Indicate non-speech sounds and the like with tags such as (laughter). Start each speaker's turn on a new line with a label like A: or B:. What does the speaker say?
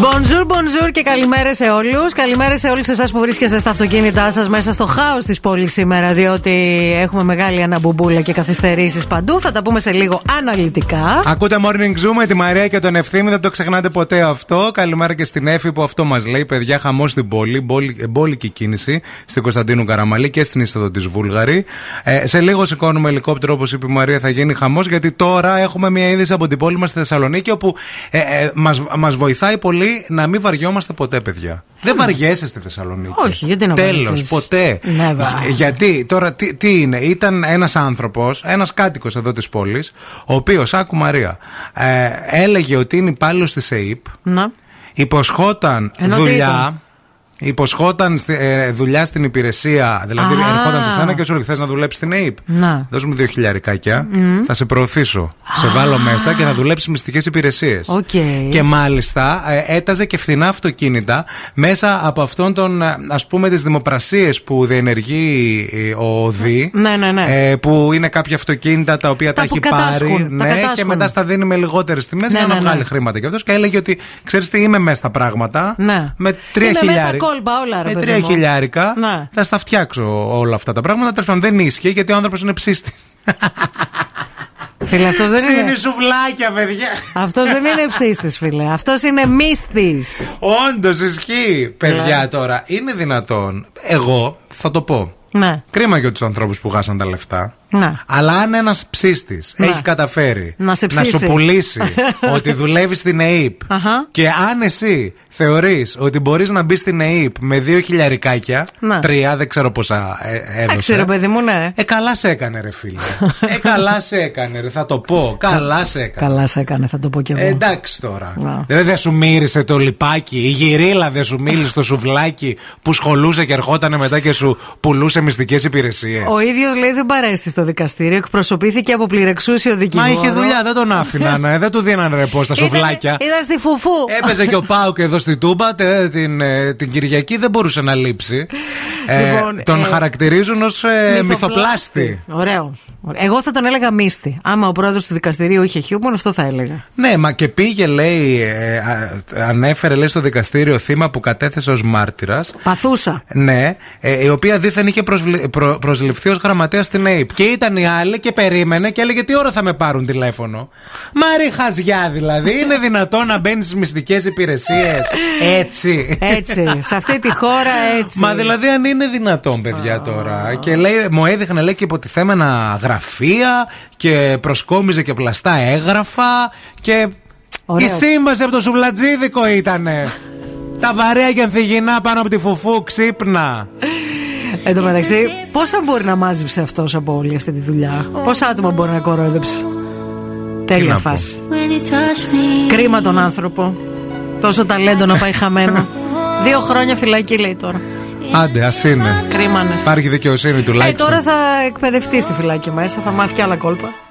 A: Bonjour, bonjour και καλημέρα σε όλους. Καλημέρα σε όλους εσάς που βρίσκεστε στα αυτοκίνητά σας μέσα στο χάος της πόλης σήμερα, διότι έχουμε μεγάλη αναμπουμπούλα και καθυστερήσεις παντού. Θα τα πούμε σε λίγο αναλυτικά.
B: Ακούτε Morning Zoom με τη Μαρία και τον Ευθύμη, δεν το ξεχνάτε ποτέ αυτό. Καλημέρα και στην Εφη που αυτό μας λέει. Παιδιά, χαμός στην πόλη, μπόλικη μπόλη κίνηση στην Κωνσταντίνου Καραμαλή και στην είσοδο της Βούλγαρη. Ε, σε λίγο σηκώνουμε ελικόπτερο, όπως είπε η Μαρία, θα γίνει χαμός, γιατί τώρα έχουμε μια είδηση από την πόλη μας στη Θεσσαλονίκη, όπου ε, ε, μας βοηθάει πολύ να μην βαριόμαστε ποτέ, παιδιά. Δεν βαριέσαι στη Θεσσαλονίκη.
A: Όχι, γιατί να
B: Τέλος,
A: βαριεθείς.
B: ποτέ.
A: Ναι, βα.
B: Γιατί τώρα τι, τι είναι, ήταν ένας άνθρωπος, ένας κάτοικος εδώ της πόλης, ο οποίος, άκου Μαρία, ε, έλεγε ότι είναι υπάλληλος της ΕΕΠ,
A: Να.
B: υποσχόταν
A: Ενώ τι ήταν?
B: δουλειά. Υποσχόταν στη- ε, δουλειά στην υπηρεσία, δηλαδή
A: Α. Ναι.
B: ερχόταν σε σένα και σου έλεγε: Θες να δουλέψεις στην ΕΕΠ.
A: Να.
B: Δώσ' μου δύο χιλιαρικάκια, θα σε προωθήσω. Σε βάλω μέσα και θα δουλέψεις μυστικές υπηρεσίες.
A: Οκ.
B: Και μάλιστα ε, έταζε και φθηνά αυτοκίνητα μέσα από αυτόν τον, ε, ας πούμε, τις δημοπρασίες που διενεργεί ε, ο ΟΔΗ.
A: Ναι, ναι, ναι.
B: ε, που είναι κάποια αυτοκίνητα τα οποία
A: Τα
B: τα,
A: που
B: έχει
A: κατάσχουν,
B: πάρει.
A: τα
B: ναι, και
A: κατάσχουν.
B: μετά στα δίνει με λιγότερες τιμές
A: Ναι,
B: για να
A: ναι, ναι.
B: βγάλει χρήματα και αυτός. Και έλεγε ότι ξέρεις τι, είμαι μέσα στα πράγματα.
A: Ναι.
B: Με τρία
A: Είμαι μέσα στα
B: χιλιάρικα.
A: κόλπα όλα, ρε
B: Με
A: παιδί
B: τρία
A: μου.
B: χιλιάρικα
A: Ναι.
B: θα στα φτιάξω όλα αυτά τα πράγματα. Τέλος πάντων δεν ίσχυε γιατί ο άνθρωπος είναι ψήστη.
A: Φίλε, αυτός δεν είναι.
B: Ψήνει σουβλάκια, παιδιά.
A: Αυτός δεν είναι ψήστη, φίλε. Αυτός είναι μίστη.
B: Όντως ισχύει. Παιδιά τώρα, είναι δυνατόν. Εγώ θα το πω.
A: Ναι.
B: Κρίμα για τους ανθρώπους που χάσαν τα λεφτά.
A: Ναι.
B: Αλλά αν ένας ψήστη
A: Ναι.
B: έχει καταφέρει
A: Να σε ψήσει.
B: σου
A: (laughs)
B: πουλήσει ότι δουλεύεις στην ΕΕΠ
A: Αχα.
B: και αν εσύ θεωρείς ότι μπορείς να μπεις στην ΕΕΠ με δύο χιλιαρικάκια,
A: Ναι.
B: τρία, δεν ξέρω πόσα ε, έδωσε.
A: Εντάξει, ρε παιδί μου, ναι.
B: Ε, καλά σε έκανε, ρε φίλε. ε, καλά σε έκανε, ρε. Θα το πω. Καλά σε έκανε.
A: Καλά σε έκανε, θα το πω κι εγώ.
B: Ε, εντάξει τώρα.
A: Να.
B: Δηλαδή δεν σου μύρισε το λιπάκι, η γυρίλα δεν σου μύρισε το σουβλάκι που σχολούσε και ερχόταν μετά και σου πουλούσε μυστικές υπηρεσίες.
A: Ο ίδιος λέει δεν παρέστη στο δικαστήριο. Εκπροσωπήθηκε από πληρεξούσιο
B: Μα
A: δικηγόρο.
B: είχε δουλειά, δεν τον
A: (laughs)
B: άφηναν. ε, δεν του δίναν ρεπό στα
A: Ήταν-
B: σουβλάκια. Ε,
A: Ήταν στη φουφού.
B: Έπαιζε και ο Πάουκ εδώ στη Τούμπα τε- την, ε, την Κυριακή, δεν μπορούσε να λείψει. Ε,
A: Λοιπόν,
B: τον
A: ε,
B: χαρακτηρίζουν ως Ε, μυθοπλάστη.
A: Ωραίο. Εγώ θα τον έλεγα μίστη. Άμα ο πρόεδρος του δικαστηρίου είχε χιούμορ, αυτό θα έλεγα.
B: Ναι, μα και πήγε, λέει, ε, α, ανέφερε, λέει, στο δικαστήριο θύμα που κατέθεσε ως μάρτυρας.
A: Παθούσα.
B: Ναι, ε, η οποία δίθεν είχε προσβλη- προ- προσληφθεί ως γραμματέας στην ΑΕΠ. Και ήταν η άλλη και περίμενε και έλεγε τι ώρα θα με πάρουν τηλέφωνο. Μα ρε χαζιά δηλαδή, είναι δυνατό να μπαίνεις στις μυστικές υπηρεσίες. Έτσι.
A: Έτσι. σε αυτή τη χώρα έτσι.
B: Μα δηλαδή αν είναι δυνατόν παιδιά τώρα Και λέει, μου έδειχνε λέει και υποτιθέμενα γραφεία Και προσκόμιζε και πλαστά έγγραφα Και
A: Ωραίο.
B: η σύμβαση από το σουβλατζίδικο ήτανε Τα βαρέα και ανθυγινά πάνω από τη φουφού ξύπνα
A: Εν τω μεταξύ, πόσα μπορεί να μάζεψε αυτός από όλη αυτή τη δουλειά. Πόσα άτομα μπορεί να κορόιδεψε.
B: να
A: Τέλεια
B: πω.
A: φάση.
C: When you touch me,
A: Κρίμα τον άνθρωπο. Τόσο ταλέντο να πάει χαμένο. Δύο χρόνια φυλακή λέει τώρα.
B: Άντε ας είναι
A: Κρίμανες.
B: Υπάρχει δικαιοσύνη
A: Ε,
B: τουλάχιστον
A: τώρα θα εκπαιδευτεί στη φυλάκη μέσα, θα μάθει και άλλα κόλπα.